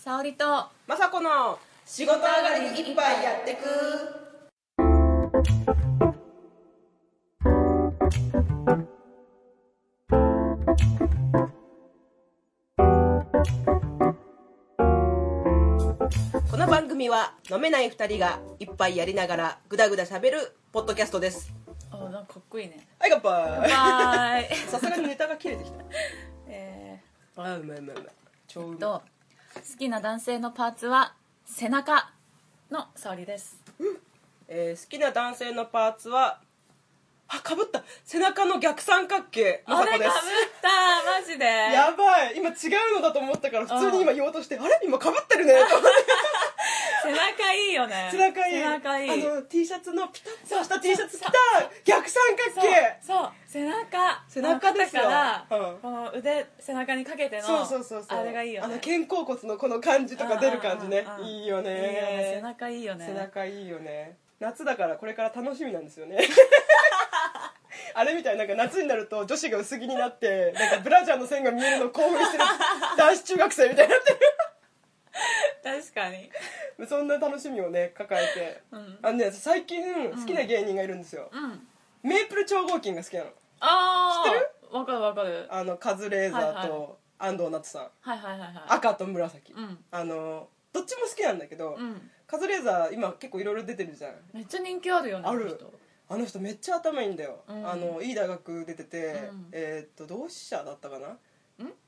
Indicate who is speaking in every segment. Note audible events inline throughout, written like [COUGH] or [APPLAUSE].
Speaker 1: 沙織と
Speaker 2: まさこの仕事上がりに一杯やってくこの番組は飲めない二人が一杯やりながらぐだぐだしゃべるポッドキャストです
Speaker 1: あなんかかっこいいね
Speaker 2: はい乾杯
Speaker 1: はーい
Speaker 2: さすがにネタが切れてきた
Speaker 1: [LAUGHS] え
Speaker 2: あうまいうまいうまい超
Speaker 1: ー、
Speaker 2: うま
Speaker 1: と好きな男性のパーツは背中の沙織です
Speaker 2: いえー好きな男性のパーツはあかぶった背中の逆三角形ま
Speaker 1: あ
Speaker 2: さ
Speaker 1: れ
Speaker 2: こ
Speaker 1: かぶ
Speaker 2: で
Speaker 1: っ
Speaker 2: す
Speaker 1: たマジで
Speaker 2: やばい今違うのだと思ったから普通に今言おうとしてあれ今かぶってるねと思って
Speaker 1: 背中いいよね
Speaker 2: [LAUGHS] 背中いい
Speaker 1: 背中いい
Speaker 2: あの T シャツのピタッとした T シャツ着た
Speaker 1: そう
Speaker 2: 逆三角
Speaker 1: そう
Speaker 2: 形
Speaker 1: そう背中
Speaker 2: 背中ですよ
Speaker 1: あの肩から、
Speaker 2: うん
Speaker 1: この腕背中にかけての
Speaker 2: そうそうそうそう
Speaker 1: あれがいいよね
Speaker 2: あの肩甲骨のこの感じとか出る感じね
Speaker 1: うんうんうんうん
Speaker 2: いいよね
Speaker 1: いいよね背中いいよね
Speaker 2: 背中いいよね夏だからこれから楽しみなんです
Speaker 1: [LAUGHS]
Speaker 2: よねあれみたいになんか夏になると女子が薄着になってなんかブラジャーの線が見えるの興奮してる男子中学生みたいになって
Speaker 1: 確かに
Speaker 2: るそんな楽しみをね抱えて、
Speaker 1: うん
Speaker 2: あのね最近好きな芸人がいるんですよ、
Speaker 1: うん
Speaker 2: メープル超合金が好きなの
Speaker 1: ああ
Speaker 2: 知ってる
Speaker 1: わかるわかる
Speaker 2: あのカズレーザー
Speaker 1: はいは
Speaker 2: と安藤なつさん、
Speaker 1: はいはいはいはい
Speaker 2: 赤と紫、
Speaker 1: うん
Speaker 2: あのどっちも好きなんだけど、
Speaker 1: うん
Speaker 2: カズレーザー今結構いろいろ出てるじゃん
Speaker 1: めっちゃ人気あるよね
Speaker 2: あ
Speaker 1: こ
Speaker 2: る
Speaker 1: の人
Speaker 2: あの人めっちゃ頭いいんだよ、
Speaker 1: うん
Speaker 2: あのいい大学出てて、
Speaker 1: うん
Speaker 2: えーっと同志社だったかなん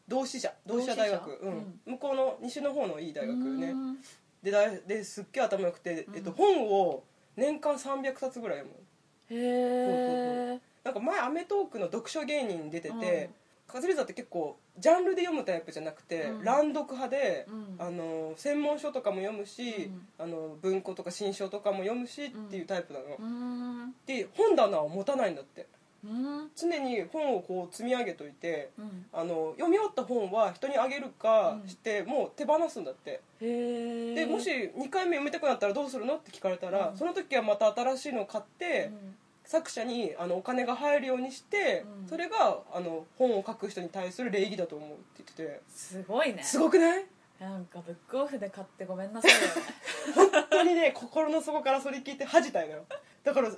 Speaker 2: 同志社同志社大学
Speaker 1: 同志社
Speaker 2: うん
Speaker 1: うん
Speaker 2: 向こうの西の方のいい大学ね
Speaker 1: うーん
Speaker 2: でだですっげえ頭良くて、えっと、本を年間300冊ぐらい読む
Speaker 1: へえ
Speaker 2: なんか前『アメトーーク』の読書芸人に出てて、カズレーザーって結構ジャンルで読むタイプじゃなくて、
Speaker 1: うん
Speaker 2: 乱読派で、
Speaker 1: うん
Speaker 2: あの専門書とかも読むし、あの文庫とか新書とかも読むしっていうタイプなの、
Speaker 1: うーんう
Speaker 2: で本棚を持たないんだって
Speaker 1: ーん
Speaker 2: 常に本をこう積み上げといて
Speaker 1: うん
Speaker 2: あの読み終わった本は人にあげるか
Speaker 1: うん
Speaker 2: して、もう手放すんだって
Speaker 1: へえ
Speaker 2: でもし2回目読みたくなったらどうするのって聞かれたら、
Speaker 1: うん
Speaker 2: その時はまた新しいのを買って、
Speaker 1: うん
Speaker 2: 作者にあのお金が入るようにして、
Speaker 1: うん
Speaker 2: それがあの本を書く人に対する礼儀だと思うって言ってて
Speaker 1: すごいね
Speaker 2: すごくない
Speaker 1: なんかブックオフで買ってごめんなさいよね
Speaker 2: 本当にね [LAUGHS] 心の底からそれ聞いて恥じたいのよだからあ
Speaker 1: う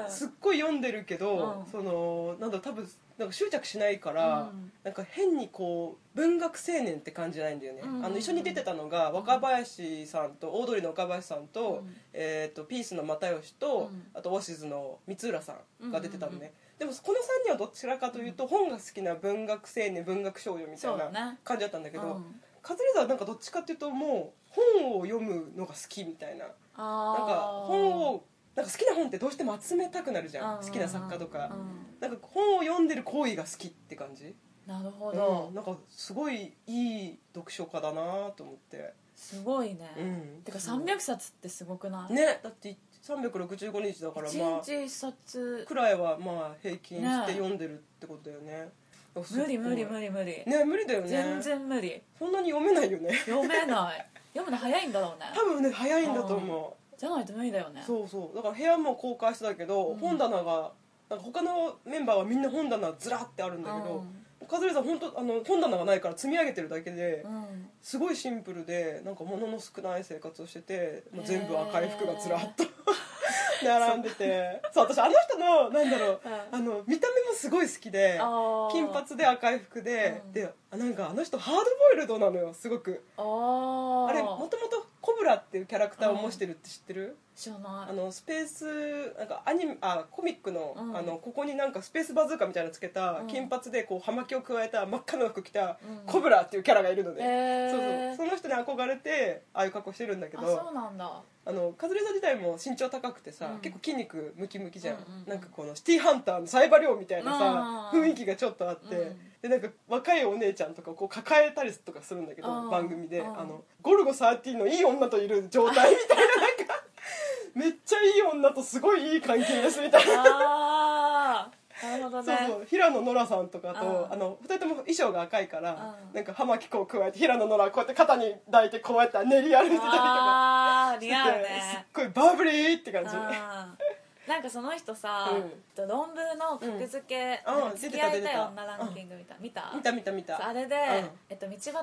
Speaker 2: の
Speaker 1: ん
Speaker 2: すすっごい読んでるけど、
Speaker 1: うん
Speaker 2: そのなんだろう多分なんか執着しないから、
Speaker 1: うん
Speaker 2: なんか変にこう文学青年って感じじゃないんだよね、
Speaker 1: うん
Speaker 2: あの一緒に出てたのが若林さんとオードリーの若林さんと,、
Speaker 1: うん
Speaker 2: えー、とピースの又吉と、
Speaker 1: うん
Speaker 2: あとオシズの光浦さんが出てたのね、
Speaker 1: うんうん
Speaker 2: でもこの3人はどちらかというと本が好きな文学青年文学少女みた
Speaker 1: そ
Speaker 2: いう
Speaker 1: だ
Speaker 2: な
Speaker 1: ね
Speaker 2: 感じだったんだけど、
Speaker 1: うん
Speaker 2: カズレーザーはなんかどっちかっていうともう本を読むのが好きみたいな
Speaker 1: あ
Speaker 2: な
Speaker 1: ー
Speaker 2: んか本をなんか好きな本ってどうしても集めたくなるじ
Speaker 1: う
Speaker 2: ゃ
Speaker 1: んん
Speaker 2: 好きな作家とか
Speaker 1: うん
Speaker 2: なんか本を読んでる行為が好きって感じ
Speaker 1: なるほ
Speaker 2: うん
Speaker 1: ど
Speaker 2: なんかすごいいい読書家だなと思って
Speaker 1: すごいうね
Speaker 2: ん
Speaker 1: てか300冊ってすごくない
Speaker 2: ねだって365日だから
Speaker 1: 1
Speaker 2: まあ
Speaker 1: 日1冊
Speaker 2: くらいはまあ平均し
Speaker 1: ね
Speaker 2: て読んでるってことだよね
Speaker 1: 無理無理無
Speaker 2: 理
Speaker 1: 理無理
Speaker 2: ね無理だよね
Speaker 1: 全然無理
Speaker 2: そんなに読めないよ
Speaker 1: [LAUGHS]
Speaker 2: ね
Speaker 1: 読めない読むの早いんだろうね
Speaker 2: 多分ね早いんだと思う
Speaker 1: じゃないと無理だよね
Speaker 2: そうそうだから部屋も公開してたけど、
Speaker 1: ん
Speaker 2: 本棚がなんか他のメンバーはみんな本棚ずらってあるんだけど、カズレーザー本当あの本棚がないから積み上げてるだけで、
Speaker 1: うん
Speaker 2: すごいシンプルでなんか物の少ない生活をしてて、もう
Speaker 1: へー
Speaker 2: 全部赤い服がずらっと [LAUGHS] 並んでてそう私あの人のなんだろう、
Speaker 1: うん
Speaker 2: あの見た目もすごい好きで
Speaker 1: あー
Speaker 2: 金髪で赤い服で、
Speaker 1: うん
Speaker 2: であなんかあの人ハードボイルドなのよすごく
Speaker 1: あー
Speaker 2: あれもともとコブラっていうキャラクターを模してるって知ってる、
Speaker 1: 知らな
Speaker 2: あ
Speaker 1: い
Speaker 2: のスペースなんかアニメあコミックの,、
Speaker 1: うん
Speaker 2: あのここになんかスペースバズーカみたいなのつけた、
Speaker 1: うん
Speaker 2: 金髪でこう葉巻を加えた真っ赤な服着た、
Speaker 1: うん
Speaker 2: コブラっていうキャラがいるので、
Speaker 1: へー
Speaker 2: そうそうその人に憧れてああいう格好してるんだけ
Speaker 1: あそ
Speaker 2: ど
Speaker 1: うなんだ
Speaker 2: あのカズレーザー自体も身長高くてさ、
Speaker 1: うん
Speaker 2: 結構筋肉ムキムキじゃん,、
Speaker 1: うんうんうん
Speaker 2: なんかこのシティーハンターのサイバリョウみたいなさ、
Speaker 1: うん
Speaker 2: 雰囲気がちょっとあって、
Speaker 1: うん
Speaker 2: でなんか若いお姉ちゃんとかをこう抱えたりとかするんだけど、
Speaker 1: うん
Speaker 2: 番組で、
Speaker 1: うん
Speaker 2: あの「ゴルゴ13」のいい女といる状態みたいななん
Speaker 1: [LAUGHS]
Speaker 2: か。めっちゃいい女とすごいいい関係ですみたいな
Speaker 1: あーなるほど
Speaker 2: そう
Speaker 1: ね
Speaker 2: そう平野ノラさんとかと
Speaker 1: うん
Speaker 2: あの二人とも衣装が赤いから
Speaker 1: うん
Speaker 2: なんか葉巻こう加えて平野ノラこうやって肩に抱いてこうやって練り歩いてたりとか
Speaker 1: あー
Speaker 2: して
Speaker 1: リアル
Speaker 2: てすっ
Speaker 1: ね
Speaker 2: ごいバブリーって感じ
Speaker 1: あーなんかその人さ、
Speaker 2: うん
Speaker 1: と論文の格付け、
Speaker 2: うん
Speaker 1: なんか
Speaker 2: あー出
Speaker 1: 付
Speaker 2: て
Speaker 1: き
Speaker 2: た
Speaker 1: 合いたい
Speaker 2: 出てた
Speaker 1: 女ランキングみたいな、見た
Speaker 2: 見た見た見
Speaker 1: そうあ
Speaker 2: た
Speaker 1: れで、
Speaker 2: うん
Speaker 1: えっと、道端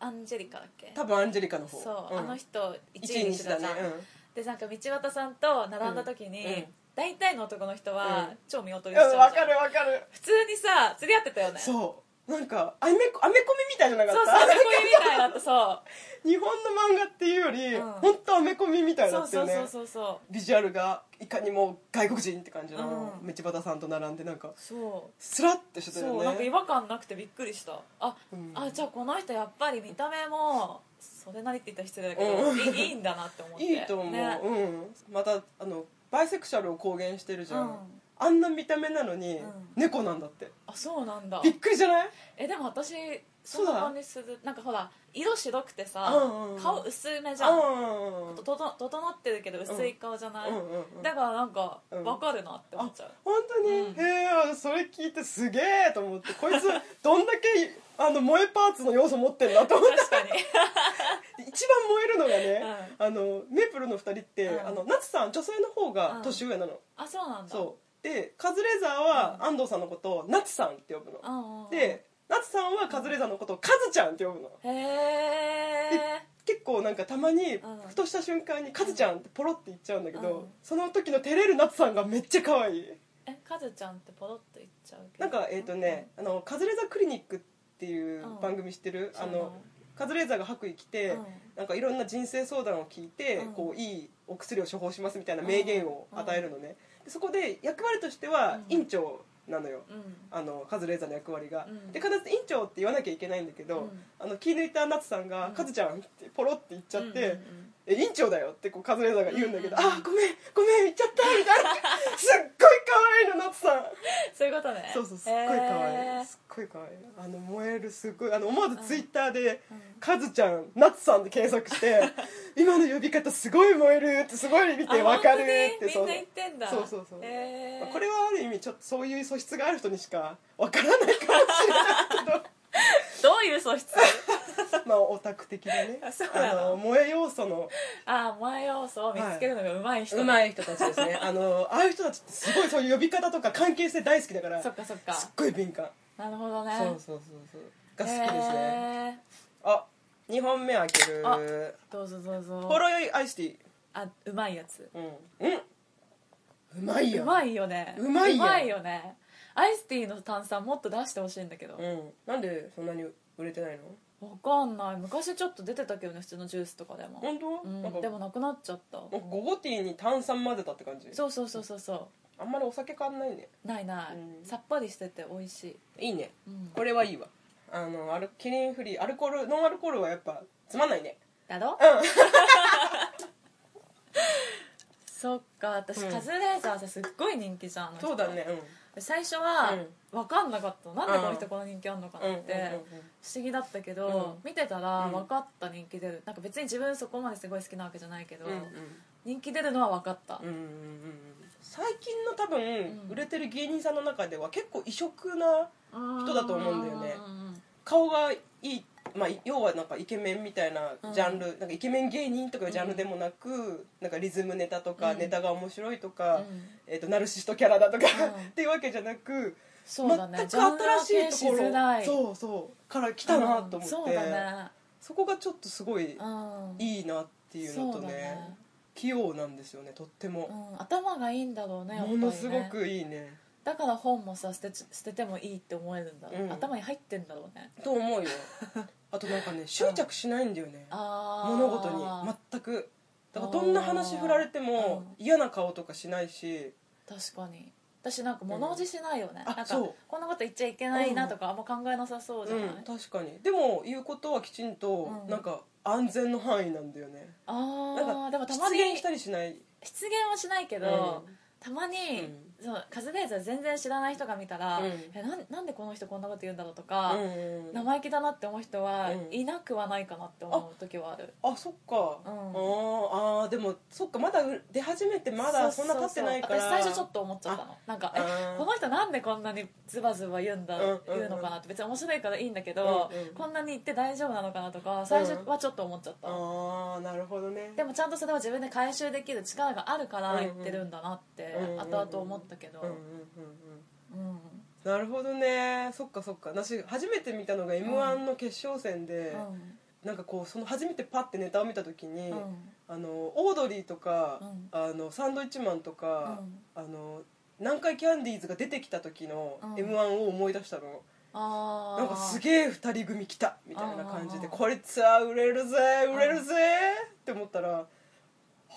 Speaker 1: アンジェリカだっけ
Speaker 2: 多分アンジェリカの方
Speaker 1: そう、
Speaker 2: ん
Speaker 1: あの人1
Speaker 2: 一
Speaker 1: 位
Speaker 2: 位
Speaker 1: に
Speaker 2: に
Speaker 1: し
Speaker 2: して
Speaker 1: た
Speaker 2: た
Speaker 1: じ
Speaker 2: ね
Speaker 1: ゃん、でなんか道端さんと並んだ時に、
Speaker 2: うんうん
Speaker 1: 大体の男の人は、
Speaker 2: うん
Speaker 1: 超見劣
Speaker 2: う
Speaker 1: りし
Speaker 2: ん
Speaker 1: ちゃう
Speaker 2: うん
Speaker 1: じゃん
Speaker 2: わかるわかる
Speaker 1: 普通にさ釣り合ってたよねう
Speaker 2: そうなんかアメコアメコミみたいじゃなか
Speaker 1: そ
Speaker 2: っ
Speaker 1: う
Speaker 2: た
Speaker 1: そうそこいみたいだったそ
Speaker 2: 日本の漫画っていうより、
Speaker 1: うん
Speaker 2: 本当アメコミみた
Speaker 1: う
Speaker 2: いだ
Speaker 1: そう
Speaker 2: ったよ
Speaker 1: そうそう
Speaker 2: ね
Speaker 1: そうそう
Speaker 2: ビジュアルがいかにも外国人って感じの、
Speaker 1: うん
Speaker 2: 道端さんと並んでなんか
Speaker 1: そう
Speaker 2: スラッてしてた
Speaker 1: そう、
Speaker 2: よ
Speaker 1: なんか違
Speaker 2: ね
Speaker 1: 和感なくてびっくりしたあ、
Speaker 2: うん
Speaker 1: あじゃあこの人やっぱり見た目もそれなりって言ったら失礼だけど、
Speaker 2: うん
Speaker 1: いいいいんだなって思って
Speaker 2: いいと思う、
Speaker 1: ね
Speaker 2: うん、またあのバイセクシャルを公言してるじゃん、
Speaker 1: うん
Speaker 2: あんな見た目なのに、
Speaker 1: うん
Speaker 2: 猫なんだって
Speaker 1: あそうなんだ
Speaker 2: びっくりじゃない
Speaker 1: えでも私そ
Speaker 2: そうんだ
Speaker 1: な感じするなんかほら色白くてさ、
Speaker 2: うんうんうん
Speaker 1: 顔薄めじゃん、
Speaker 2: あ
Speaker 1: ととと整ってるけど薄い顔じゃない、
Speaker 2: うんうんうん
Speaker 1: だからなんか
Speaker 2: うん
Speaker 1: わかるなって思っちゃう、
Speaker 2: 本当に、
Speaker 1: うん
Speaker 2: へえそれ聞いてすげえと思ってこいつどんだけあの萌えパーツの要素持ってんだと
Speaker 1: [LAUGHS]
Speaker 2: 思って
Speaker 1: 確かに
Speaker 2: 一番燃えるのがね、あのメープルの2人って、
Speaker 1: うん
Speaker 2: あの夏さん女性の方
Speaker 1: う
Speaker 2: が
Speaker 1: ん
Speaker 2: 年上なの、
Speaker 1: あそうなんだ
Speaker 2: そうでカズレーザーは安藤さんのことを夏さんって呼ぶの、
Speaker 1: うんうん、
Speaker 2: で夏さんはカズレーザーのことをカズちゃんって呼ぶの
Speaker 1: へえ
Speaker 2: 結構なんかたまに
Speaker 1: うん
Speaker 2: ふとした瞬間に「カズちゃん」ってポロって言っちゃうんだけど、
Speaker 1: うん
Speaker 2: その時の照れる夏さんがめっちゃ可愛い
Speaker 1: えカズちゃんってポロッと言っちゃうけど
Speaker 2: なんかえっ、とね、あのカズレーザークリニックっていう番組知ってる、
Speaker 1: うんそ
Speaker 2: あ
Speaker 1: うなの
Speaker 2: のカズレーザーが白衣着て、
Speaker 1: うん
Speaker 2: なんかいろんな人生相談を聞いて、
Speaker 1: うん
Speaker 2: こういいお薬を処方しますみたいな名言を与えるのね、でそこで役割としては
Speaker 1: うん
Speaker 2: 院長なのよ、
Speaker 1: うん
Speaker 2: あのカズレーザーの役割が、
Speaker 1: うん
Speaker 2: で必ず院長って言わなきゃいけないんだけど、
Speaker 1: うん
Speaker 2: あの気抜いた夏さんが
Speaker 1: うん
Speaker 2: 「カズちゃん」ってポロって言っちゃって「
Speaker 1: うんうん
Speaker 2: え院長だよ」ってこうカズレーザーが言うんだけど「
Speaker 1: うんうんうん
Speaker 2: あーごめんごめん言っちゃった」みたいなすっごい可愛いの夏さん
Speaker 1: そういうことね
Speaker 2: そうそうすっごい可愛い、
Speaker 1: へー
Speaker 2: すっごい可愛いあの燃えるすごいあの思わずツイッターで
Speaker 1: うん
Speaker 2: 「カズちゃんナツさん」で検索
Speaker 1: [LAUGHS]
Speaker 2: して「今の呼び方すごい燃える」ってすごい見て
Speaker 1: あ
Speaker 2: わかるって
Speaker 1: 本当にみん
Speaker 2: う
Speaker 1: な言ってんだ
Speaker 2: そうそうそう
Speaker 1: へー
Speaker 2: これはある意味ちょっとそういう素質がある人にしかわからないかもしれない
Speaker 1: どういう素質
Speaker 2: けどまあオタク的なね
Speaker 1: あそうなの
Speaker 2: あの燃え要素の
Speaker 1: あー前要素を見つけるのがうまい人だ、
Speaker 2: 上手い人たちですね [LAUGHS] あのああいう人たちってすごいそういう呼び方とか関係性大好きだから
Speaker 1: そ
Speaker 2: す
Speaker 1: っかそっか
Speaker 2: っごい敏感
Speaker 1: なるほどね
Speaker 2: そうそうそうそうが好きですね
Speaker 1: ね
Speaker 2: あ二2本目開け
Speaker 1: あ
Speaker 2: る
Speaker 1: どうぞどうぞ
Speaker 2: ほろ酔いアイスティー
Speaker 1: あうまいやつ
Speaker 2: うん、うん、うまいうよ
Speaker 1: まいよね
Speaker 2: うまいよ
Speaker 1: よねアイスティーの炭酸もっと出してほしいんだけど、
Speaker 2: うん、なんでそんなに売れてないの
Speaker 1: わかんない昔ちょっと出てたけどね普通のジュースとかでも、
Speaker 2: 本当、
Speaker 1: うん
Speaker 2: なんか
Speaker 1: でもなくなっちゃった
Speaker 2: なんかゴゴティーに炭酸混ぜたって感じ
Speaker 1: そうそうそうそうそ
Speaker 2: あんまりお酒変わんないね
Speaker 1: うないない、
Speaker 2: うん
Speaker 1: さっぱりしてて美味しい、
Speaker 2: いいね
Speaker 1: うん、
Speaker 2: これはいいわあのアルキリンフリーアルコールノンアルコールはやっぱつまんないね
Speaker 1: だ
Speaker 2: [LAUGHS]
Speaker 1: ろ、
Speaker 2: うん
Speaker 1: そっか私、
Speaker 2: うん
Speaker 1: カズレーザーさすっごい人気じゃんあの人
Speaker 2: そうだね
Speaker 1: 最初は
Speaker 2: うん
Speaker 1: 分かんなかった、なんでこの人
Speaker 2: うん
Speaker 1: この人気あんのか
Speaker 2: うん
Speaker 1: なって、
Speaker 2: うんうん
Speaker 1: 不思議だったけど、見てたら
Speaker 2: うん
Speaker 1: 分かった人気出るなんか別に自分そこまですごい好きなわけじゃないけど、
Speaker 2: うんうん
Speaker 1: 人気出るのは分かった、
Speaker 2: うんうんうんうん最近の多分
Speaker 1: うん
Speaker 2: 売れてる芸人さんの中では結構異色な人だと思うんだよね
Speaker 1: うん
Speaker 2: 顔がいい、まあ、要はなんかイケメンみたいなジャンル、なんかイケメン芸人とかいうジャンルでもなく、なんかリズムネタとか
Speaker 1: うん
Speaker 2: ネタが面白いと
Speaker 1: う
Speaker 2: か、
Speaker 1: んうん
Speaker 2: えー、とナルシストキャラだとか、
Speaker 1: うん
Speaker 2: [LAUGHS] っていうわけじゃなく
Speaker 1: そうだね
Speaker 2: 全く
Speaker 1: ジャンル分
Speaker 2: 新しいとこ
Speaker 1: けしづら
Speaker 2: ろ
Speaker 1: い
Speaker 2: そうそうから来たなと思って、
Speaker 1: うんそうだね
Speaker 2: そこがちょっとすごい
Speaker 1: うん
Speaker 2: いいなっていうのと
Speaker 1: そう
Speaker 2: ね
Speaker 1: だね
Speaker 2: 器用なんですよねとって
Speaker 1: う
Speaker 2: も、
Speaker 1: ん、頭がいいんだろうねやっぱり
Speaker 2: も
Speaker 1: ね
Speaker 2: のすごくいいね
Speaker 1: だから本もさ捨てち捨ててもいいって思えるんだ、
Speaker 2: うん
Speaker 1: 頭に入ってんだろうね
Speaker 2: と思う
Speaker 1: [LAUGHS]
Speaker 2: よあとなんかね執着しないんだよね、
Speaker 1: ああ
Speaker 2: 物事に全くだからどんな話振られても嫌な顔とかしないし
Speaker 1: 確かに私なんか物おじしないよね、
Speaker 2: う
Speaker 1: な
Speaker 2: んあ
Speaker 1: んか
Speaker 2: そう
Speaker 1: こんなこと言っちゃいけないなとかあんま考えなさそうじゃ
Speaker 2: う
Speaker 1: ない、
Speaker 2: ん確かにでも言うことはきちんと
Speaker 1: うん
Speaker 2: なんか安全の範囲なんだよね
Speaker 1: あ
Speaker 2: な
Speaker 1: あ
Speaker 2: ん
Speaker 1: で
Speaker 2: か
Speaker 1: もたま
Speaker 2: 失
Speaker 1: に
Speaker 2: 言したりしない
Speaker 1: 失言はしないけど、
Speaker 2: うん
Speaker 1: たまに
Speaker 2: うん
Speaker 1: そうカズレーザー全然知らない人が見たら、
Speaker 2: うん
Speaker 1: えなんなんでこの人こんなこと言うんだろうとか、
Speaker 2: うん
Speaker 1: 生意気だなって思う人は
Speaker 2: うん
Speaker 1: いなくはないかなって思う時はある、
Speaker 2: あそっか、
Speaker 1: う
Speaker 2: あ
Speaker 1: ん
Speaker 2: ーあーでもそっかまだ出始めてまだそんな経ってないから
Speaker 1: そうそうそう私最初ちょっと思っちゃったのなんか
Speaker 2: あ
Speaker 1: え
Speaker 2: ー
Speaker 1: この人なんでこんなにズバズバ言うんだ、
Speaker 2: うんうんうん
Speaker 1: 言うのかなって別に面白いからいいんだけど、
Speaker 2: うんうん
Speaker 1: こんなに言って大丈夫なのかなとか最初はちょっと思っちゃった、
Speaker 2: ああなるほどね
Speaker 1: でもちゃんとそれを自分で回収できる力があるから
Speaker 2: うんう
Speaker 1: 言
Speaker 2: ん
Speaker 1: ってるんだなって
Speaker 2: うんうん
Speaker 1: 後々思ったけど、
Speaker 2: うんうんうん
Speaker 1: うん
Speaker 2: うんなるほどねそっかそっか私初めて見たのが m 1の決勝戦で、なんかこうその初めてパッてネタを見た時に、
Speaker 1: うん
Speaker 2: あのオードリーとか、
Speaker 1: うん
Speaker 2: あのサンドイッチマンとか、
Speaker 1: うん
Speaker 2: あの南海キャンディーズが出てきた時の
Speaker 1: うん
Speaker 2: m 1を思い出したの、
Speaker 1: あー
Speaker 2: なんかすげえ2人組来たみたいな感じで
Speaker 1: あー
Speaker 2: こいつは売れるぜ売れるぜって思ったら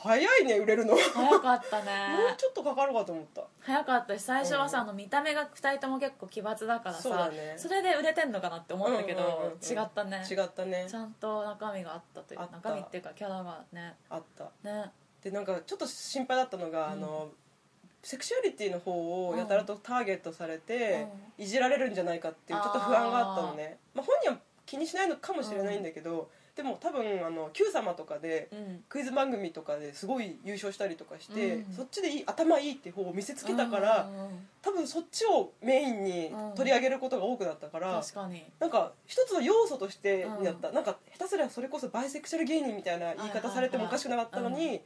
Speaker 2: 早いね売れるのもう
Speaker 1: 早かった
Speaker 2: [LAUGHS]
Speaker 1: ね
Speaker 2: ちょっとかかるかと思った
Speaker 1: 早かったし最初はさ、
Speaker 2: うん
Speaker 1: あの見た目が2人とも結構奇抜だからさ
Speaker 2: そうだね
Speaker 1: れで売れてんのかなって思ったけど、
Speaker 2: うんうんうんうん
Speaker 1: 違ったね
Speaker 2: 違ったね
Speaker 1: ちゃんと中身があったという
Speaker 2: あった
Speaker 1: 中身っていうかキャラがね
Speaker 2: あった
Speaker 1: ね
Speaker 2: でなんかちょっと心配だったのが、
Speaker 1: うん
Speaker 2: あのセクシュアリティの方をやたらとターゲットされて、いじられるんじゃないかっていうちょっと不安があったのねまあ、本人は気にしないのかもしれないんだけど、でも多分あの『Q さま』とかで
Speaker 1: うん
Speaker 2: クイズ番組とかですごい優勝したりとかして、
Speaker 1: うん
Speaker 2: そっちでいい頭いいって方を見せつけたから、
Speaker 1: うんうんうん
Speaker 2: 多分そっちをメインに取り上げることが多くなったから、
Speaker 1: 確かに
Speaker 2: なんか一つの要素としてになった、なんか下手すりゃそれこそバイセクシャル芸人みたいな言い方されてもおかしくなかったのに、
Speaker 1: はい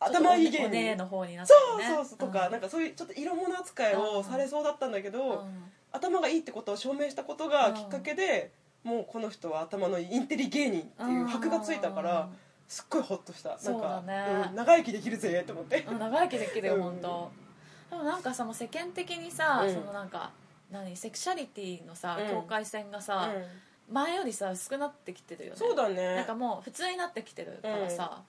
Speaker 1: は
Speaker 2: 頭いい
Speaker 1: ちょ
Speaker 2: 芸
Speaker 1: っとお姉
Speaker 2: 人
Speaker 1: の方になって
Speaker 2: そう
Speaker 1: ね
Speaker 2: そうそうとか、
Speaker 1: ん
Speaker 2: なんかそういうちょっと色物扱いをされそうだったんだけど、
Speaker 1: うん
Speaker 2: 頭がいいってことを証明したことが
Speaker 1: うん
Speaker 2: きっかけで、もうこの人は頭のいいインテリ芸人っていう箔がついたから、すっごいホッとしたなんか
Speaker 1: そうだね
Speaker 2: ん長生きできるぜと思って、
Speaker 1: うん長生きできるよ
Speaker 2: うん
Speaker 1: 本当、でもなんかさもう世間的にさ、
Speaker 2: うん
Speaker 1: そのなんか何セクシャリティのさ
Speaker 2: うん
Speaker 1: 境界線がさ、
Speaker 2: う
Speaker 1: 前よりさ薄くなってきてるよ
Speaker 2: ん
Speaker 1: ね
Speaker 2: そうだ
Speaker 1: なん
Speaker 2: ね
Speaker 1: かもう普通になってきてるからさ、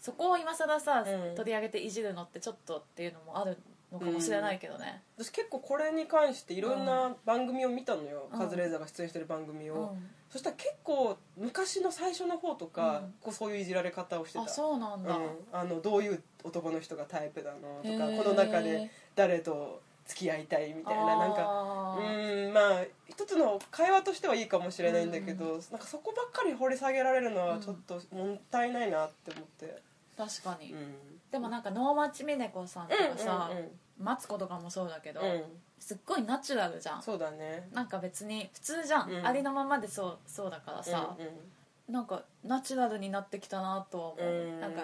Speaker 1: そこを今さらさ、
Speaker 2: うん
Speaker 1: 取り上げていじるのってちょっとっていうのもあるのかもしれないけどね、
Speaker 2: 私結構これに関していろんな番組を見たのよ、
Speaker 1: うん
Speaker 2: カズレーザーが出演してる番組を、
Speaker 1: うん
Speaker 2: そしたら結構昔の最初の方とか、
Speaker 1: うん
Speaker 2: こうそういういじられ方をしてた
Speaker 1: あそうなんだ、
Speaker 2: うんあのどういう男の人がタイプなのと
Speaker 1: へ
Speaker 2: か
Speaker 1: ー
Speaker 2: この中で誰と付き合いたいみたいななんか
Speaker 1: あ
Speaker 2: う
Speaker 1: ー
Speaker 2: んまあ一つの会話としてはいいかもしれないんだけど、なんかそこばっかり掘り下げられるのはちょっともったいないなって思って、
Speaker 1: 確かに、
Speaker 2: うん、
Speaker 1: でもなんか能町みね子さんとかさ、
Speaker 2: うん
Speaker 1: マツコとかもそうだけど、
Speaker 2: うんうん、
Speaker 1: すっごいナチュラルじゃん
Speaker 2: そうだね
Speaker 1: なんか別に普通じゃん、
Speaker 2: うん
Speaker 1: ありのままでそうそうだからさ、
Speaker 2: う
Speaker 1: なんかナチュラルになってきたなとは思
Speaker 2: んう
Speaker 1: う、
Speaker 2: ん、
Speaker 1: なんか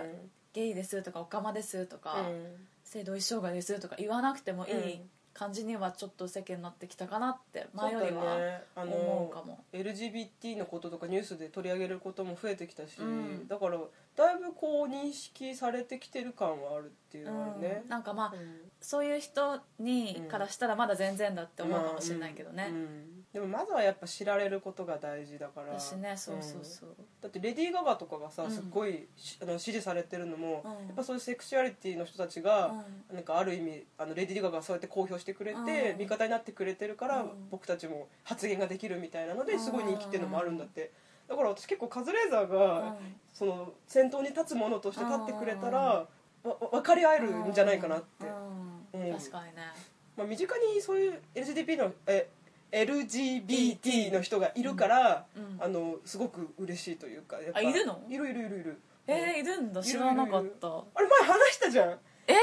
Speaker 1: ゲイですとかオカマですとか、
Speaker 2: うん
Speaker 1: 性同一障害ですとか言わなくてもいい
Speaker 2: うん
Speaker 1: 感じにはちょっと世間になってきたかなって前より
Speaker 2: そうだ
Speaker 1: は
Speaker 2: ねあ
Speaker 1: 思うか
Speaker 2: の
Speaker 1: も
Speaker 2: LGBT のこととかニュースで取り上げることも増えてきたし、
Speaker 1: うん
Speaker 2: だからだいぶこう認識されてきてる感はあるっていうのはあるね
Speaker 1: うん、なんかまあ
Speaker 2: うん
Speaker 1: そういう人に
Speaker 2: うん
Speaker 1: からしたらまだ全然だって思うかもしれないけど
Speaker 2: まあうん
Speaker 1: ね
Speaker 2: うんでもまずはやっぱ知られることが大事だから
Speaker 1: 私ねそうそうそう
Speaker 2: だってレディー・ガガとかが
Speaker 1: う
Speaker 2: さ
Speaker 1: ん
Speaker 2: すっごい、しあの支持されてるのも、
Speaker 1: うん
Speaker 2: やっぱそういうセクシュアリティの人たちが、
Speaker 1: う
Speaker 2: なんかある意味あのレディー・ガガがそうやって公表してくれて、
Speaker 1: うん
Speaker 2: 味方になってくれてるから、
Speaker 1: うん
Speaker 2: 僕たちも発言ができるみたいなのですごい人気っていうのもあるんだっ
Speaker 1: う
Speaker 2: て、だから私結構カズレーザーが、
Speaker 1: うん
Speaker 2: その先頭に立つものとして立ってくれたら、わわ分かり合えるんじゃないかなって、
Speaker 1: うん
Speaker 2: うん
Speaker 1: 確かにね
Speaker 2: まあ、身近にそういう LGBT のえ LGBT の人がいるから、
Speaker 1: うん
Speaker 2: あのすごく嬉しいというかやっぱ
Speaker 1: あいるの
Speaker 2: いるいるいるいる
Speaker 1: えーいるんだ知らなか
Speaker 2: い
Speaker 1: っ
Speaker 2: るいる
Speaker 1: た
Speaker 2: あれ前話したじゃん
Speaker 1: え
Speaker 2: 前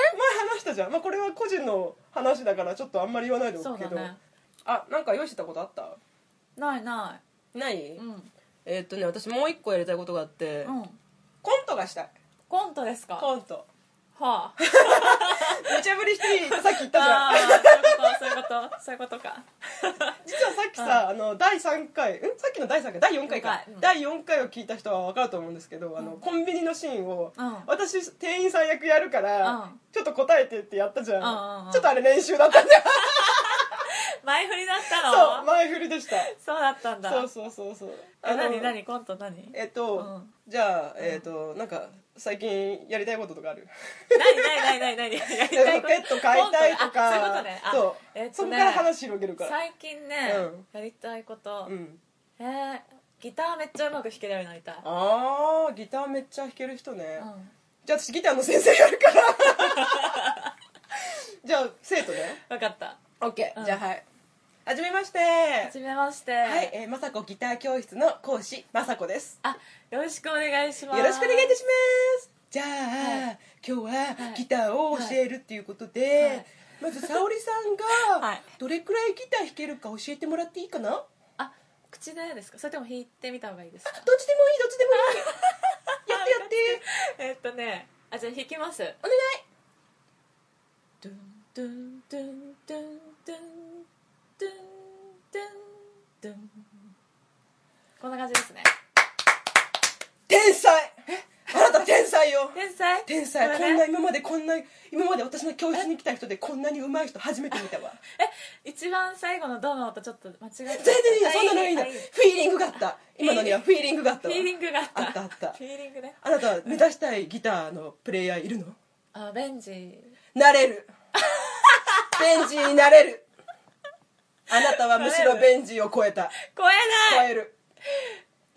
Speaker 2: 話したじゃん、まあ、これは個人の話だからちょっとあんまり言わないでお
Speaker 1: そう
Speaker 2: くけ
Speaker 1: だ
Speaker 2: ど、
Speaker 1: ね
Speaker 2: あなんか用意してたことあった
Speaker 1: ないな
Speaker 2: ない、
Speaker 1: いうん
Speaker 2: えーっとね私もう一個やりたいことがあって、
Speaker 1: うん
Speaker 2: コントがしたい
Speaker 1: コントですか
Speaker 2: コント
Speaker 1: はあ
Speaker 2: 無茶ぶりしていいさっき言ったじゃ
Speaker 1: あ
Speaker 2: ん
Speaker 1: ーそういうことそういうことそういうことか
Speaker 2: 実はさっきさあの第3回んさっきの第3回第4回か
Speaker 1: 四回うん
Speaker 2: 第4回を聞いた人は分かると思うんですけどあのコンビニのシーンを
Speaker 1: うん
Speaker 2: 私店員さん役やるから
Speaker 1: うん
Speaker 2: ちょっと答えてってやったじゃ
Speaker 1: うんうんうん
Speaker 2: んちょっとあれ練習だったんだよ
Speaker 1: 前振りだった
Speaker 2: そう
Speaker 1: の
Speaker 2: 前振りでした
Speaker 1: そうだったんだ
Speaker 2: そうそうそうそう
Speaker 1: え
Speaker 2: な
Speaker 1: 何
Speaker 2: になに
Speaker 1: 何コント何
Speaker 2: えっと
Speaker 1: うん
Speaker 2: じゃあえっとなんか最近やりたいこととかある
Speaker 1: 何何何何何やり
Speaker 2: ペ
Speaker 1: たいこと
Speaker 2: ット買いたいと
Speaker 1: コントあそういうこと
Speaker 2: か
Speaker 1: ねあ
Speaker 2: そう
Speaker 1: えっとね
Speaker 2: そこから話広げるから
Speaker 1: 最近ね、
Speaker 2: うん
Speaker 1: やりたいこと、
Speaker 2: うん
Speaker 1: えーギターめっちゃうまく弾けるようになりたい、
Speaker 2: あーギターめっちゃ弾ける人ね
Speaker 1: うん
Speaker 2: じゃあ私ギターの先生やるから [LAUGHS] じゃあ生徒ね
Speaker 1: 分かった
Speaker 2: オッケ
Speaker 1: う
Speaker 2: ー
Speaker 1: ん
Speaker 2: じゃあはいはじめまして
Speaker 1: はじめまして
Speaker 2: はい、えー、まさこギター教室の講師まさこです
Speaker 1: あよろしくお願いしま
Speaker 2: よ
Speaker 1: す
Speaker 2: ろしくお願いいたしますじゃあ、
Speaker 1: は
Speaker 2: 今日
Speaker 1: は
Speaker 2: はいギターを教えるっていうことで、
Speaker 1: はい
Speaker 2: まず沙織さん
Speaker 1: は
Speaker 2: が
Speaker 1: い
Speaker 2: どれくらいギター弾けるか教えてもらっていいか [LAUGHS] な、
Speaker 1: あ口でですかそれとも弾いてみた方がいいですか
Speaker 2: どっちでもいいどっちでもいいやって [LAUGHS] やって
Speaker 1: えっとねあじゃあ弾きます
Speaker 2: お願い
Speaker 1: ドゥンドゥンドゥンドゥンドゥンドゥンドゥンドゥンこんな感じですね
Speaker 2: 天才あなた天才よ
Speaker 1: 天才
Speaker 2: 天才
Speaker 1: こ
Speaker 2: こ
Speaker 1: れ
Speaker 2: んな
Speaker 1: ね
Speaker 2: 今までこんな今まで私の教室に来た人でこんなに上手い人 [LAUGHS] 初めて見たわ
Speaker 1: え一番最後のドの音ちょっと間違え
Speaker 2: 全然いいよそんなのいいの
Speaker 1: あ
Speaker 2: [LAUGHS] フ
Speaker 1: いい
Speaker 2: ィーリングがあった今のにはフィーリングがあっ
Speaker 1: フ
Speaker 2: たわ
Speaker 1: ィーリングがあった
Speaker 2: あったあった
Speaker 1: フィーリングね
Speaker 2: あなたは目指したいギターのプレイヤーいるの
Speaker 1: あベンジ
Speaker 2: なれるベンジになれるあなたはむしろベンジを超えた
Speaker 1: 超え
Speaker 2: 超
Speaker 1: ない
Speaker 2: える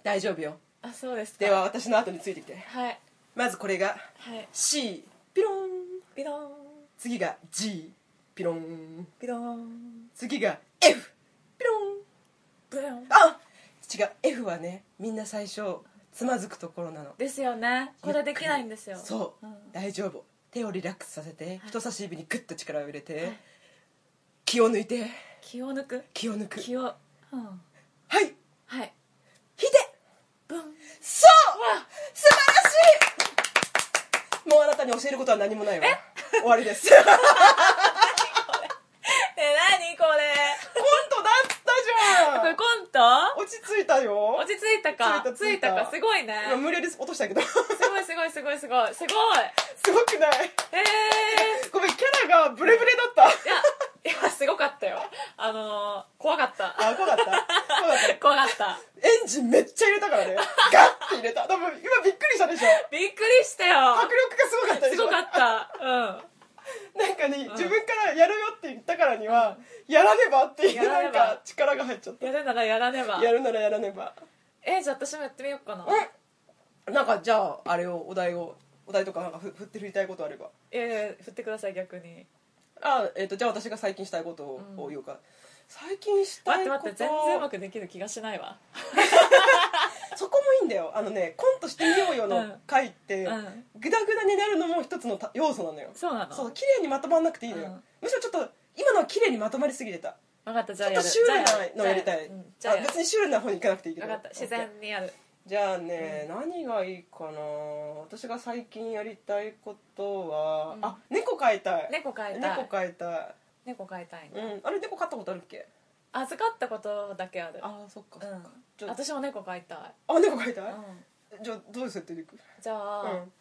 Speaker 2: 大丈夫よ
Speaker 1: あそうですか
Speaker 2: では私の後についてきて
Speaker 1: はい
Speaker 2: まずこれが
Speaker 1: はい
Speaker 2: C ピロン
Speaker 1: ピロン
Speaker 2: 次が G ピロン
Speaker 1: ピロン
Speaker 2: 次が F ピロン
Speaker 1: ブロン
Speaker 2: あ違う F はねみんな最初つまずくところなの
Speaker 1: ですよねこれできないんですよ
Speaker 2: そう、
Speaker 1: ん
Speaker 2: 大丈夫手をリラックスさせて人差し指にグッと力を入れて、気を抜いて
Speaker 1: 気を抜く
Speaker 2: 気を抜く
Speaker 1: 気をうん
Speaker 2: はい弾いて
Speaker 1: はいブン
Speaker 2: そう素晴らしいもうあなたに教えることは何もないわ終わり [LAUGHS] ですコン
Speaker 1: え何これ
Speaker 2: トだった
Speaker 1: こ
Speaker 2: じゃ
Speaker 1: れ
Speaker 2: ん
Speaker 1: コント
Speaker 2: 落ち着いたよ
Speaker 1: 落ち着いたか
Speaker 2: 着いた着いた
Speaker 1: かすごいね
Speaker 2: 今無理やり落としたけど [LAUGHS] す
Speaker 1: すごいすごいすごいすごいすごい
Speaker 2: ごくない
Speaker 1: ええ
Speaker 2: ごめんキャラがブレブレだっ [LAUGHS]
Speaker 1: ー、いやいやすごかったよあのー、怖かった
Speaker 2: たあ怖かった怖かった
Speaker 1: 怖かった
Speaker 2: エンジンめっちゃ入れたからねガッて入れた多分今びっくりしたでしょ
Speaker 1: びっくりしたよ
Speaker 2: 迫力がすごかったですしょ
Speaker 1: ごかった
Speaker 2: なんかね、自分からやるよって言ったからには、やらねばっていう
Speaker 1: やら
Speaker 2: な
Speaker 1: ね
Speaker 2: ん
Speaker 1: ば
Speaker 2: か力が入っちゃっ
Speaker 1: うんやるならやらねば
Speaker 2: たやるならやらねば
Speaker 1: えー、じゃあ私もやってみようかな
Speaker 2: うんなんかじゃああれをお題をお題とかなんかふ振って振りたいことあれば
Speaker 1: えー、振ってください逆に
Speaker 2: あ、えっとじゃあ私が最近したいことを
Speaker 1: うん
Speaker 2: を言うか、最近した
Speaker 1: 待って
Speaker 2: いこ
Speaker 1: 待
Speaker 2: と
Speaker 1: って全然うまくできる気がしないわ
Speaker 2: そこもいいんだよあのねコントしてみようよ
Speaker 1: うん
Speaker 2: の回って、
Speaker 1: うん
Speaker 2: グダグダになるのも一つのた要素なのよ
Speaker 1: そうなの
Speaker 2: そう綺麗にまとまんなくていいのよ、
Speaker 1: うん
Speaker 2: むしろちょっと今のは綺麗にまとまりすぎてた
Speaker 1: 分かったじ
Speaker 2: ち
Speaker 1: ゃ
Speaker 2: ょ
Speaker 1: あ
Speaker 2: っ
Speaker 1: や
Speaker 2: と
Speaker 1: る
Speaker 2: シュールなのやりたい、
Speaker 1: じゃあ
Speaker 2: あ
Speaker 1: やる
Speaker 2: 別にシュールな方に行かなくていいけ
Speaker 1: 分
Speaker 2: ど
Speaker 1: かった自然にやる
Speaker 2: じゃあね、何がいいかな私が最近やりたいことは、
Speaker 1: うん
Speaker 2: あ猫飼いたい
Speaker 1: 猫飼いたい
Speaker 2: 猫飼いたい
Speaker 1: 猫飼いたいの
Speaker 2: うんあれ猫飼ったことあるっけ
Speaker 1: 預かったことだけある
Speaker 2: あそっかそっか、
Speaker 1: う
Speaker 2: じ
Speaker 1: ん、
Speaker 2: ゃあ
Speaker 1: 私も猫飼いたい、
Speaker 2: あ猫飼いたい、
Speaker 1: うん、
Speaker 2: じゃあどういう設定でいく
Speaker 1: じゃあ、
Speaker 2: うん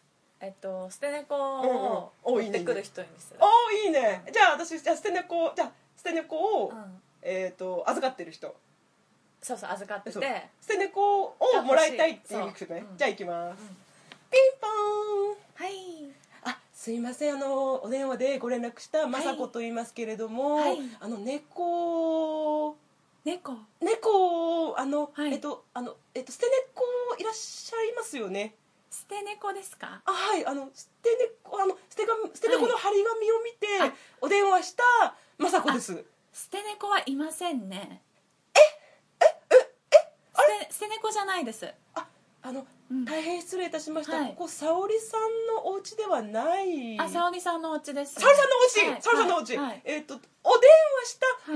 Speaker 1: えっと捨て猫を
Speaker 2: うんうんおい
Speaker 1: 持
Speaker 2: い
Speaker 1: っ
Speaker 2: ね
Speaker 1: てくる人にする、
Speaker 2: おーいいねじゃあ私じゃあ捨て猫じゃあ捨て猫を、
Speaker 1: うん
Speaker 2: えっ、と預かってる人
Speaker 1: そうそう預かってて
Speaker 2: そう捨て猫をもらいたいっていう人
Speaker 1: そう
Speaker 2: ね
Speaker 1: うん
Speaker 2: じゃあ行きます、
Speaker 1: うん
Speaker 2: ピンポーン
Speaker 1: はい
Speaker 2: あすいませんあのお電話でご連絡した雅子と言いますけれども、
Speaker 1: はい
Speaker 2: あの猫
Speaker 1: 猫
Speaker 2: 猫あの、
Speaker 1: はい
Speaker 2: えっとあのえっと捨て猫いらっしゃいますよね
Speaker 1: 捨て猫ですか
Speaker 2: あはいあの捨て猫あの捨て紙捨て猫の張り紙を見て、
Speaker 1: はい
Speaker 2: お電話した雅子です
Speaker 1: 捨て猫はいませんねええええ捨て捨て猫じゃないです
Speaker 2: ああの、
Speaker 1: うん
Speaker 2: 大変失礼いたしました、
Speaker 1: はい
Speaker 2: ここ沙織さんのお家ではない
Speaker 1: あ沙織さんのお家です
Speaker 2: サルさんのお家、
Speaker 1: はい
Speaker 2: サルさんのお家、
Speaker 1: はいはい
Speaker 2: えっ、とお電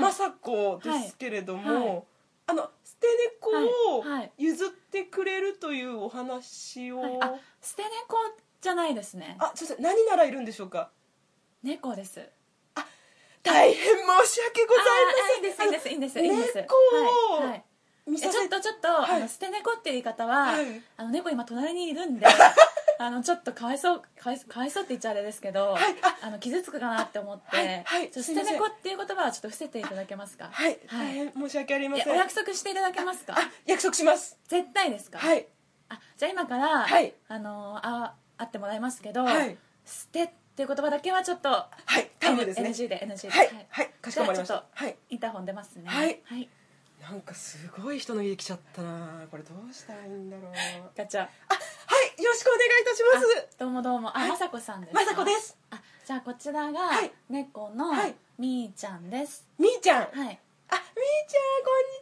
Speaker 2: 話した雅子ですけれども、
Speaker 1: はいはい
Speaker 2: あの捨て猫を
Speaker 1: はいはい
Speaker 2: 譲ってくれるというお話を、
Speaker 1: はいあ捨て猫じゃないですね
Speaker 2: あすいません何ならいるんでしょうか
Speaker 1: 猫です
Speaker 2: 大変申し訳ござい
Speaker 1: あーあーいいですいい
Speaker 2: ま
Speaker 1: で
Speaker 2: せ
Speaker 1: す
Speaker 2: ん
Speaker 1: いいんですいいんです
Speaker 2: 猫を
Speaker 1: はいはい
Speaker 2: あの見
Speaker 1: えちょ
Speaker 2: さ
Speaker 1: っ
Speaker 2: せ
Speaker 1: とちょっと、
Speaker 2: はい
Speaker 1: あの捨て猫っていう言い方は、
Speaker 2: はい
Speaker 1: あの猫今隣にいる
Speaker 2: [LAUGHS]
Speaker 1: んであのちょっとかわいそうかわいそうかわいそうって言っちゃあれですけど、
Speaker 2: はいあ
Speaker 1: あの傷つくかなって思って、
Speaker 2: はいはい
Speaker 1: ちょっと捨
Speaker 2: すい
Speaker 1: て
Speaker 2: ません
Speaker 1: 猫っていう言葉はちょっと伏せていただけますか
Speaker 2: はい、
Speaker 1: は
Speaker 2: 大
Speaker 1: い、い
Speaker 2: 変申し訳ありませ
Speaker 1: や
Speaker 2: ん
Speaker 1: お約束していただけますか
Speaker 2: あ約束します
Speaker 1: 絶対ですか、
Speaker 2: はい
Speaker 1: あじゃあ今から、
Speaker 2: はい
Speaker 1: あのあ会ってもらいますけど、
Speaker 2: はい
Speaker 1: 捨てっていう言葉だけはちょっと
Speaker 2: はいタイムですね
Speaker 1: NG で NG で
Speaker 2: はいはいかしこまりまし
Speaker 1: じゃあ
Speaker 2: た
Speaker 1: ちょっ
Speaker 2: はい
Speaker 1: とインターホン出ますね
Speaker 2: はい
Speaker 1: はい、
Speaker 2: なんかすごい人の家来ちゃったなこれどうしたらいいんだろう
Speaker 1: ガチャ
Speaker 2: あ、はい、よろしくお願いいたします。
Speaker 1: どうもどうもあ
Speaker 2: はい
Speaker 1: まさこさんです
Speaker 2: まさこです。
Speaker 1: あじゃあこちらが
Speaker 2: はい
Speaker 1: 猫の
Speaker 2: はい
Speaker 1: みーちゃんです
Speaker 2: みーちゃん、
Speaker 1: はい、あ
Speaker 2: あ、みーちゃん、こんに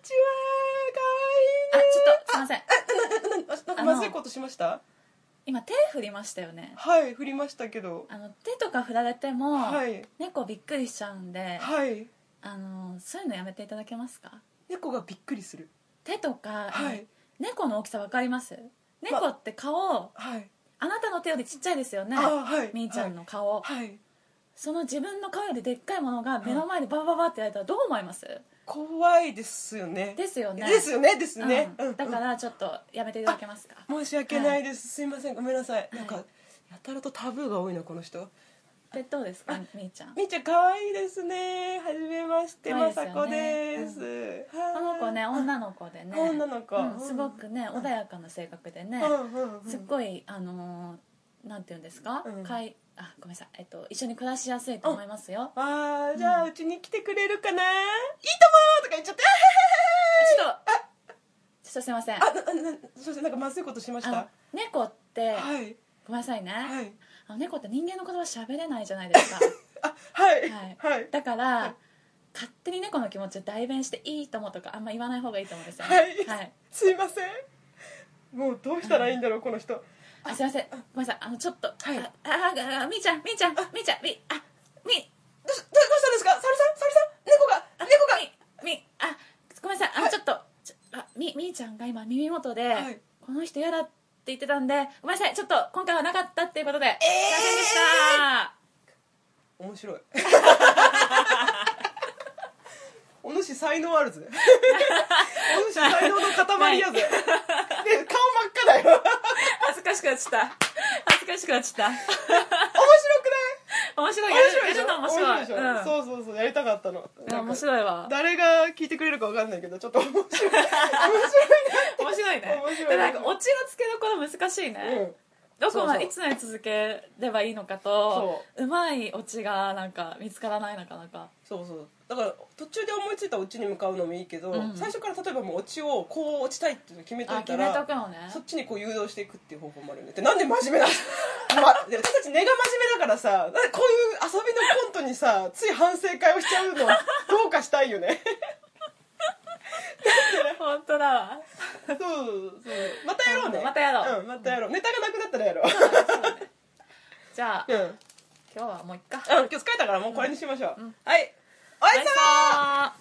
Speaker 2: ち
Speaker 1: ちょ
Speaker 2: は。
Speaker 1: っとすいません
Speaker 2: かわいいね。あ、なんかまずいことしました
Speaker 1: 今手振りましたよね
Speaker 2: はい、振りましたけど。
Speaker 1: あの手とか振られても、
Speaker 2: はい。
Speaker 1: 猫びっくりしちゃうんで
Speaker 2: はい。
Speaker 1: あのそういうのやめていただけますか
Speaker 2: 猫がびっくりする。
Speaker 1: 手とか、
Speaker 2: はい。
Speaker 1: 猫の大きさわかります猫って顔
Speaker 2: はい。
Speaker 1: あなたの手よりちっちゃいですよね
Speaker 2: あ、はい。
Speaker 1: みーちゃんの顔、
Speaker 2: はい。はい。
Speaker 1: その自分の顔よりでっかいものが目の前でババババってやられたらどう思います、
Speaker 2: 怖いですよね。
Speaker 1: ですよね
Speaker 2: ですよね。ですね。
Speaker 1: うん
Speaker 2: うん
Speaker 1: だか。らちょっとやめていただけますか
Speaker 2: うん申し訳ないです。すいません。ごめんなさい。なん
Speaker 1: は
Speaker 2: か
Speaker 1: い、
Speaker 2: やたらとタブーが多いな、この人。
Speaker 1: でどうですかみーちゃん
Speaker 2: みーちゃん、可愛いですね。はじめまして、
Speaker 1: 可愛
Speaker 2: ま
Speaker 1: いですよ
Speaker 2: さ
Speaker 1: ね
Speaker 2: こです。
Speaker 1: この子ね
Speaker 2: はい
Speaker 1: 女の子でね
Speaker 2: 女の子
Speaker 1: うんすごくね穏やかな性格でね、
Speaker 2: うんうんうん
Speaker 1: すっごいあのーなんて言うんですか、
Speaker 2: うん
Speaker 1: かいあごめんなさい、えっと、一緒に暮らしやすいと思いますよ、
Speaker 2: あーじゃあうちに来てくれるかな、いいともとか言っちゃって
Speaker 1: ちょっとちょっとすいません
Speaker 2: [LAUGHS] あなななすいませんなんかまずいことしまし
Speaker 1: あの
Speaker 2: た
Speaker 1: 猫って、
Speaker 2: はい
Speaker 1: ごめんなさいね、
Speaker 2: はい
Speaker 1: あの猫って人間の言葉喋れないじゃないですか
Speaker 2: あはい
Speaker 1: はい
Speaker 2: はい
Speaker 1: だから、
Speaker 2: い
Speaker 1: 勝手に猫の気持ちを代弁していいともとかあんま言わない方がいいと思うんですよね
Speaker 2: はい
Speaker 1: はい、
Speaker 2: すいませんもうどうしたらいいんだろうこの人
Speaker 1: あすいませんごめんなさいあのちょっと、
Speaker 2: はい
Speaker 1: あああみーちゃんみーちゃんみーちゃんみーあみー
Speaker 2: どうしどうしたんですかサルさんサルさん猫が
Speaker 1: あ
Speaker 2: 猫が
Speaker 1: みみあごめんなさいあのちょっと、ちょあみみーちゃんが今耳元で、
Speaker 2: はい
Speaker 1: この人嫌だって言ってたんでごめんなさいちょっと今回はなかったっていうことで、えー、でした
Speaker 2: 面白いお主才能あるぜお主才能の塊やぜ、ね顔真っ赤だよ面白く
Speaker 1: 恥ずかしくなっちゃった [LAUGHS] 恥ずかしくなっちゃっ
Speaker 2: ない
Speaker 1: た面白い
Speaker 2: 面白い
Speaker 1: や
Speaker 2: でし
Speaker 1: る
Speaker 2: ょ
Speaker 1: の面白い
Speaker 2: でしょ
Speaker 1: うん
Speaker 2: そうそうそうやりたかったの
Speaker 1: いや面
Speaker 2: い
Speaker 1: 白いわ
Speaker 2: 誰が聞いてくれるか分かんないけどちょっと面白い面白い
Speaker 1: 面白いね
Speaker 2: 面白い
Speaker 1: でなんかオチのつけどころ難しいね、
Speaker 2: な、 [LAUGHS] うん、
Speaker 1: どこまでいつ
Speaker 2: そ
Speaker 1: まで続ければいいのかとうまいオチがなんか見つからないなかなか
Speaker 2: そうそうだから途中で思いついたオチに向かうのもいいけど、
Speaker 1: うん
Speaker 2: 最初から例えばもうオチをこう落ちたいっていうの決めと
Speaker 1: あ
Speaker 2: い
Speaker 1: 決
Speaker 2: た
Speaker 1: めと
Speaker 2: ら
Speaker 1: くのね
Speaker 2: そっちにこう誘導していくっていう方法もあるよねってなんで真面目
Speaker 1: [LAUGHS]
Speaker 2: なの、ま、で私たち根が真面目だからさなんかこういう遊びのコントにさつい反省会をしちゃうのどうかしたいよね
Speaker 1: 本当
Speaker 2: [LAUGHS]
Speaker 1: だわ
Speaker 2: そうそうそうまたやろうね
Speaker 1: またやろうん
Speaker 2: またやろうネタがなくなったらやろう
Speaker 1: じゃあ
Speaker 2: うん、うん、
Speaker 1: 今日はもういっか
Speaker 2: 今日疲れたからもうこれにしましょう、
Speaker 1: うん
Speaker 2: はいおやすみなさい
Speaker 1: バイバイ